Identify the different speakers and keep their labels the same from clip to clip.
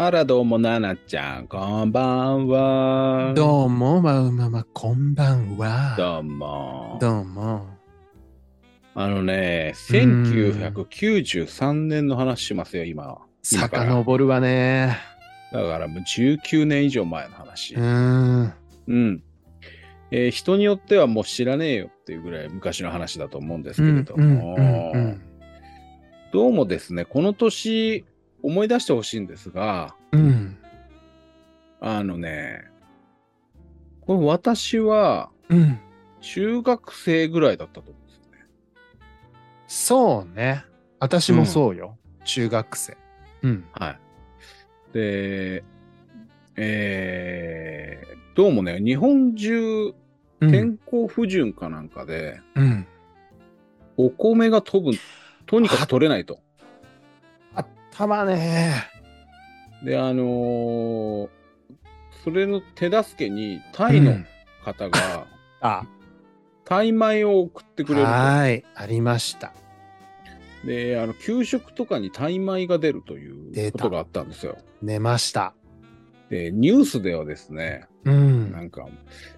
Speaker 1: あら、どうも、ななちゃん、こんばんは。
Speaker 2: どうも、まうまま、こんばんは。
Speaker 1: どうも。
Speaker 2: どうも。
Speaker 1: あのね、1993年の話しますよ、今。今から
Speaker 2: 遡るわね。
Speaker 1: だからもう19年以上前の話
Speaker 2: う。ーん。
Speaker 1: うん。えー人によってはもう知らねえよっていうぐらい昔の話だと思うんです
Speaker 2: う
Speaker 1: けれ
Speaker 2: ん
Speaker 1: ど
Speaker 2: うん
Speaker 1: も
Speaker 2: う、ん
Speaker 1: どうもですね、この年思い出してほしいんですが、
Speaker 2: うん
Speaker 1: あのね、これ私は
Speaker 2: うん。
Speaker 1: 中学生ぐらいだったと思うんですよね。
Speaker 2: そうね。私もそうよ。中学生。うん。
Speaker 1: はい。で、えーどうもね、日本中
Speaker 2: うん
Speaker 1: 天候不順かなんかで、
Speaker 2: うん。
Speaker 1: お米が飛ぶ、とにかく取れないと。
Speaker 2: 頭ね。
Speaker 1: で、あのーそれの手助けにタイ
Speaker 2: う
Speaker 1: の
Speaker 2: ん
Speaker 1: 方が、
Speaker 2: あ、
Speaker 1: タイ米を送ってくれると。
Speaker 2: はーい。ありました。
Speaker 1: で、あの、給食とかにタイ米が出るとい
Speaker 2: 出
Speaker 1: うこ
Speaker 2: た
Speaker 1: とがあったんですよ。
Speaker 2: 寝ました。
Speaker 1: で、ニュースではですね、
Speaker 2: う。
Speaker 1: なんんか、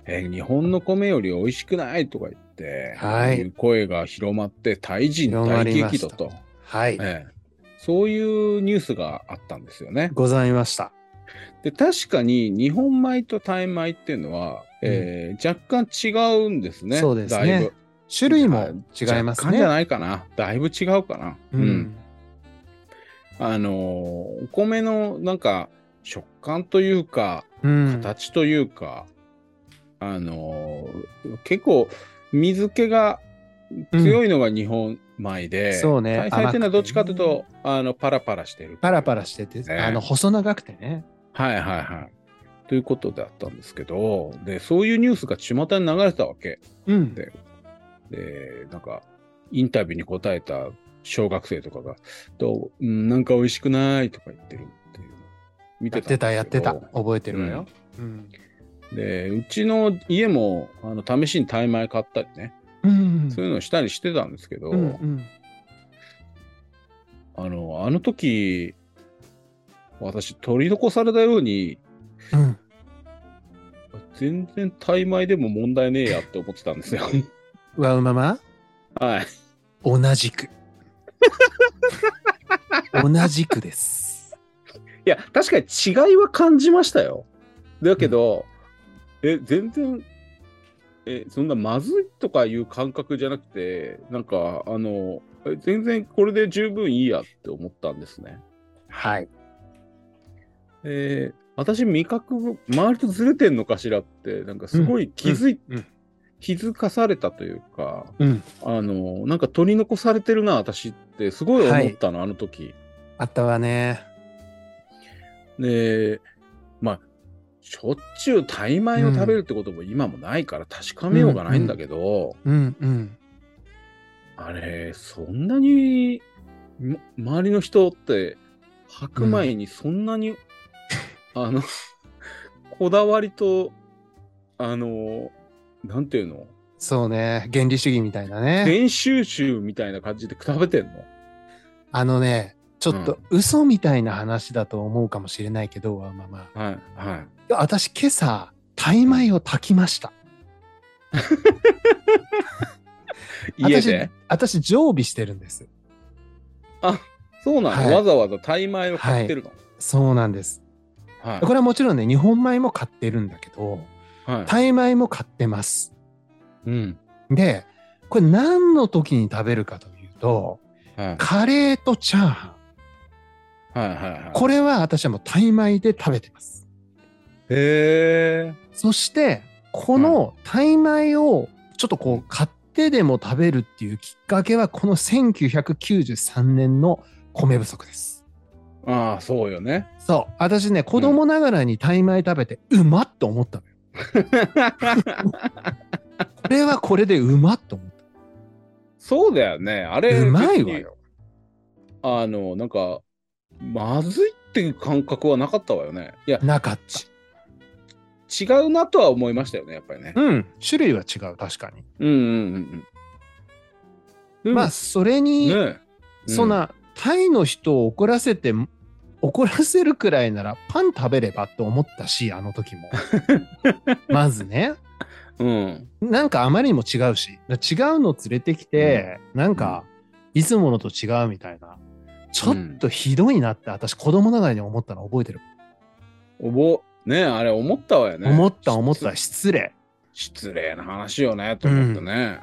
Speaker 1: えー日本の米より美味しくないとか言って、
Speaker 2: はい
Speaker 1: いう声が広まって、タイ人
Speaker 2: 広ま
Speaker 1: 大
Speaker 2: り
Speaker 1: 激
Speaker 2: ました
Speaker 1: 怒と、
Speaker 2: はい。
Speaker 1: ええそういうニュースがあったんですよね。
Speaker 2: ございました。
Speaker 1: で、確かに日本米とタイ米っていうのは、えー若干違うんですね。
Speaker 2: そうですね
Speaker 1: だいぶ
Speaker 2: 種類も違いま
Speaker 1: 若
Speaker 2: す
Speaker 1: 干じゃ
Speaker 2: ね。
Speaker 1: ないかな。だいぶ違うかな。
Speaker 2: う
Speaker 1: うん
Speaker 2: ん。
Speaker 1: あのーお米のなんか食感というか、
Speaker 2: うん。
Speaker 1: 形というか、あのー結構水気が強いのが日本米で、
Speaker 2: うんそうね
Speaker 1: 大っていうのは
Speaker 2: 甘くてね
Speaker 1: どっちかというと、あのパラパラしてる。
Speaker 2: パラパラしてて、
Speaker 1: ね
Speaker 2: あの、細長くてね。
Speaker 1: はいはいはい。ということだったんですけど、で、そういうニュースが巷に流れてたわけ。
Speaker 2: うん。
Speaker 1: でで、なんか、インタビューに答えた小学生とかが、どううん、なんか美味しくないとか言ってるっていうのを見
Speaker 2: や
Speaker 1: てんですけ
Speaker 2: ったて
Speaker 1: ど
Speaker 2: た、やってた。覚えてるわよ。うん。
Speaker 1: で、うちの家も、あの、試しにタイ米買ったりね、
Speaker 2: うん。
Speaker 1: そういうのしたりしてたんですけど、
Speaker 2: うんうん
Speaker 1: あの、あの時、私、取り残されたように、
Speaker 2: うん。
Speaker 1: 全然タイ米でも問題ねえやって思ってたんです よ。
Speaker 2: わうまま
Speaker 1: はい。
Speaker 2: 同 じく。同じくです。
Speaker 1: いや、確かに違いは感じましたよ。だけど、え、全然、え、そんなまずいとかいう感覚じゃなくて、なんか、あの、え全然これで十分いいやって思ったんですね。
Speaker 2: はい。
Speaker 1: えー私味覚周りとずれてんのかしらってなんかすごい気づい、
Speaker 2: うんうん
Speaker 1: 気づかされたというか
Speaker 2: うん。
Speaker 1: あのなんか取り残されてるな私ってすごい思ったの、あの時。
Speaker 2: あったわね。
Speaker 1: でまあしょっちゅうタイ米を食べるってことも今もないから確かめようがないんだけど、
Speaker 2: うんうん。
Speaker 1: あれそんなに、ま周りの人って白米にそんなに、あの こだわりとあのなんていうの
Speaker 2: そうね。原理主義みたいなね。
Speaker 1: 全収集みたいな感じで食べてんの
Speaker 2: あのね、ちょっと嘘みたいな話だと思うかもしれないけど、わうまま。
Speaker 1: はいはい
Speaker 2: いや私、今朝、タイ米を炊きました。
Speaker 1: 家で
Speaker 2: 私、私常備してるんです。
Speaker 1: そうなの、
Speaker 2: はい
Speaker 1: わざわざタイ米を買ってるの
Speaker 2: そうなんです。
Speaker 1: はい
Speaker 2: これはもちろんね、日本米も買ってるんだけど、
Speaker 1: はい、
Speaker 2: タイ米も買ってます。
Speaker 1: うん
Speaker 2: で、これ何の時に食べるかというと、
Speaker 1: はいはい
Speaker 2: カレーとチャーハン。
Speaker 1: はいはい
Speaker 2: これは私はもうタイ米で食べてます。
Speaker 1: へえ
Speaker 2: そして、このタイ米をちょっとこう買ってでも食べるっていうきっかけは、この1993年の米不足です。
Speaker 1: ああそうよね
Speaker 2: そう。私ね、子供ながらにタイ米食べて、うまっと思 ったのよ。これはこれでうまっと思っ
Speaker 1: そうだよねあ
Speaker 2: た。
Speaker 1: れ
Speaker 2: うまいわよ。
Speaker 1: あの、なんか、まずいっていう感覚はなかったわよね。いや、
Speaker 2: なかった。
Speaker 1: 違うなとは思いましたよね、やっぱりね。
Speaker 2: うん。種類は違う、確かに。
Speaker 1: うんうんうんうん。
Speaker 2: まあ、
Speaker 1: ね
Speaker 2: それに、
Speaker 1: え、
Speaker 2: そんな、タイの人を怒らせて怒らせるくらいならパン食べればと思ったしあの 時もまずね
Speaker 1: うん。
Speaker 2: なんかあまりにも違うし違うの連れてきて、なんかいつものと違うみたいなちょっとひどいなって私子供ながらに思ったの覚えてる、
Speaker 1: おぼ、ねあれ思ったわよね。
Speaker 2: 思った思った
Speaker 1: し
Speaker 2: 失礼
Speaker 1: 失礼な話よね、と思ったね。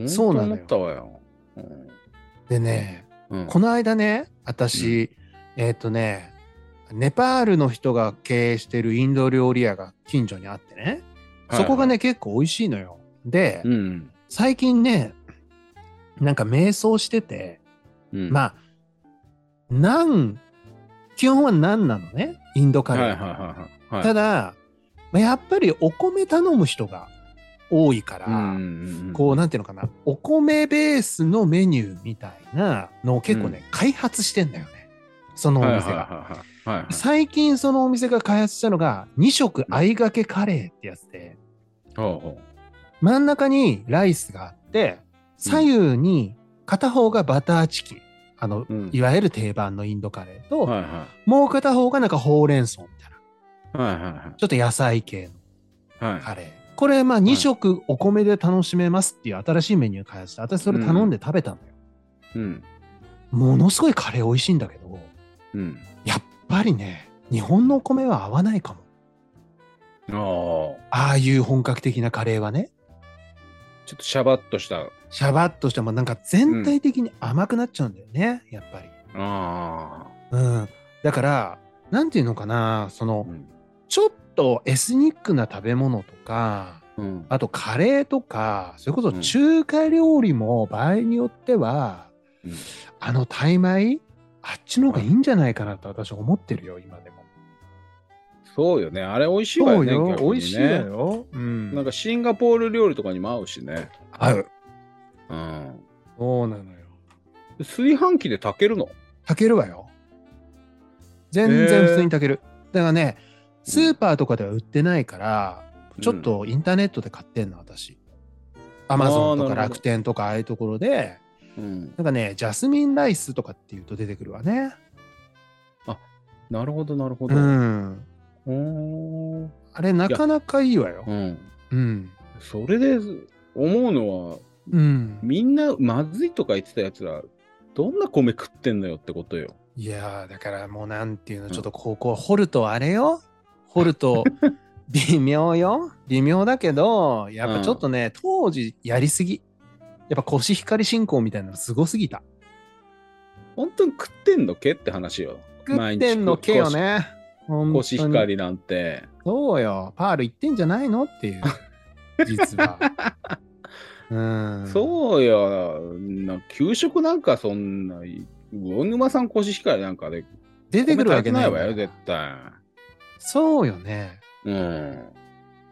Speaker 2: ん
Speaker 1: そ
Speaker 2: そうう
Speaker 1: な
Speaker 2: な
Speaker 1: 思
Speaker 2: のよ
Speaker 1: ったわよ。うん
Speaker 2: でね
Speaker 1: うん
Speaker 2: この間ね私、えっ、とねネパールの人が経営してるインド料理屋が近所にあってねそこがね、、結構美味しいのよで、
Speaker 1: はいはいうん。
Speaker 2: 最近ねなんか瞑想してて、
Speaker 1: うん
Speaker 2: まあなん基本は何なのねインドカ
Speaker 1: はい
Speaker 2: レ
Speaker 1: はい
Speaker 2: ー、
Speaker 1: はいはい。だ、
Speaker 2: ただ、まあやっぱりお米頼む人が多いから、
Speaker 1: うん
Speaker 2: こうなんていうのかなお米ベースのメニューみたいなのを結構ね、開発してんだよねそのお
Speaker 1: はいはい
Speaker 2: 店が、
Speaker 1: はいはいはい。
Speaker 2: 最近そのお店が開発したのが2色あいがけカレーってやつで
Speaker 1: ほうほ
Speaker 2: 真ん中にライスがあって左右に片方がバターチキンあの
Speaker 1: ううん
Speaker 2: いわゆる定番のインドカレーと、
Speaker 1: はいは。
Speaker 2: もう片方がなんかほうれん草みたいない
Speaker 1: はいは
Speaker 2: ちょっと野菜系
Speaker 1: いはい。は
Speaker 2: のカレーこれまあ2色お米で楽しめますっていう新しいメニュー開発して私それ頼んで食べたんだよ、
Speaker 1: い。うん。
Speaker 2: ものすごいカレー美味しいんだけど
Speaker 1: うん。
Speaker 2: やっぱりね日本のお米は合わないかも
Speaker 1: ああ。ちょ
Speaker 2: ああいう本格的なカレーはね
Speaker 1: っとシャバッとした。あ
Speaker 2: シャバッとしてもなんか全体的に甘くなっちゃうんだよね、やっぱり。
Speaker 1: あ。
Speaker 2: うん。だから、なんていうのかな、その
Speaker 1: う、ん
Speaker 2: ちょっとエスニックな食べ物とか、
Speaker 1: うん。
Speaker 2: あとカレーとか、それこそ
Speaker 1: うん
Speaker 2: 中華料理も場合によっては、
Speaker 1: うん
Speaker 2: あのタイ米、あっちの方がいいんじゃないかなと私思ってるよ、今でも。
Speaker 1: そうよね。あれ美味しいわよね。逆にね
Speaker 2: 美味しいだ。よ。うん。
Speaker 1: なんかシンガポール料理とかにも合うしね。
Speaker 2: 合う。
Speaker 1: うん。
Speaker 2: そうなのよ。
Speaker 1: 炊飯器で炊けるの
Speaker 2: 炊けるわよ。全然普通に炊ける。だからね、スーパーとかでは売ってないから、
Speaker 1: うん
Speaker 2: ちょっとインターネットで買ってんの、私。アマゾンと
Speaker 1: あーなるほど
Speaker 2: か楽天とかああいうところで、
Speaker 1: うん。
Speaker 2: なんかね、ジャスミンライスとかっていうと出てくるわね。
Speaker 1: なるほど、なるほ
Speaker 2: う
Speaker 1: ど。
Speaker 2: ん。
Speaker 1: おー
Speaker 2: あれ、なかなかいいわよ
Speaker 1: う。ん。
Speaker 2: うん。
Speaker 1: それで思うのは、
Speaker 2: うん。
Speaker 1: みんなまずいとか言ってたやつら、どんな米食ってんのよってことよ。
Speaker 2: いやー、だからもうなんていうの、ちょっとここ、掘るとあ れよ。掘ると微妙よ。微妙だけど、やっぱちょっとね、当時やりすぎ。やっぱコシヒカリ信仰みたいなのすごすぎた。
Speaker 1: 本当に食ってんのけって話よ。
Speaker 2: 食ってんのけよね。
Speaker 1: コシヒ
Speaker 2: 本
Speaker 1: カ
Speaker 2: 当に
Speaker 1: リなんて。
Speaker 2: そうよ。パール行ってんじゃないのっ ていう。実は。うん。
Speaker 1: そうよ。な給食なんかそんな、魚沼さんコシヒカリなんかで
Speaker 2: 出てくるわけない
Speaker 1: 米炊いてないわよ、
Speaker 2: よ。
Speaker 1: 絶対。
Speaker 2: そうよね。
Speaker 1: うん。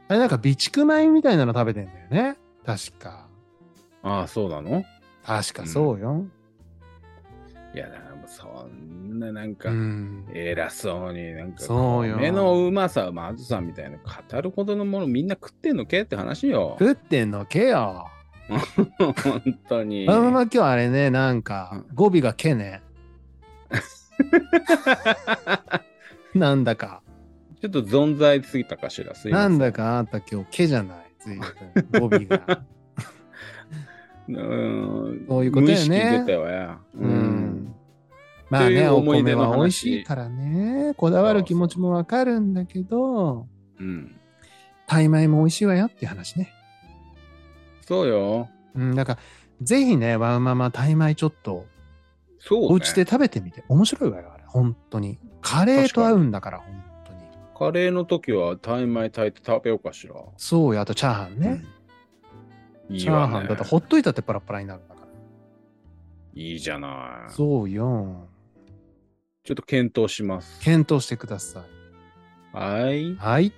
Speaker 2: あれなんか備蓄米みたいなの食べてんだよね。確か。
Speaker 1: ああ、そうなの
Speaker 2: 確かそうよ。
Speaker 1: いや、なんかそんななん
Speaker 2: う
Speaker 1: か、
Speaker 2: ん。
Speaker 1: 偉そうに、なんか、
Speaker 2: そうよ
Speaker 1: 目のうまさ、まずさみたいな、語るほどのものみんな食ってんのけって話よ。
Speaker 2: 食ってんのけよ。
Speaker 1: 本当に。
Speaker 2: まあまあまあ今日あれね、なんか語尾が けね。なんだか、
Speaker 1: ちょっと存在すぎたかしら。すいませ
Speaker 2: なんだ。かあんた今日けじゃない。随分語尾が。
Speaker 1: うーん。
Speaker 2: そういうことよね
Speaker 1: 無意識に出たわや。
Speaker 2: う
Speaker 1: うんん。
Speaker 2: まあ
Speaker 1: とい
Speaker 2: ね、
Speaker 1: う
Speaker 2: お
Speaker 1: 思い出
Speaker 2: 米
Speaker 1: の話
Speaker 2: は美味しいからね、こだわる気持ちもわかるんだけど、
Speaker 1: うん。
Speaker 2: タイ米も美味しいわよっていう話ね。
Speaker 1: そうよ。
Speaker 2: うん、だから、ぜひね、ワウママタイ米ちょっと、
Speaker 1: そう、ね。
Speaker 2: お家で食べてみて、面白いわよ、あれ、本当に。カレーと合うんだから、本当に。
Speaker 1: カレーの時は、タイ米炊いて食べようかしら。
Speaker 2: そうよ、あとチャーハンね。
Speaker 1: うん。いい
Speaker 2: チャー
Speaker 1: わ、
Speaker 2: ハン
Speaker 1: ね
Speaker 2: だって。ほっといたってパラパラになるんだから。
Speaker 1: いいじゃない。
Speaker 2: そうよ。
Speaker 1: ちょっと検討します。
Speaker 2: 検討してください。
Speaker 1: はい。
Speaker 2: はい。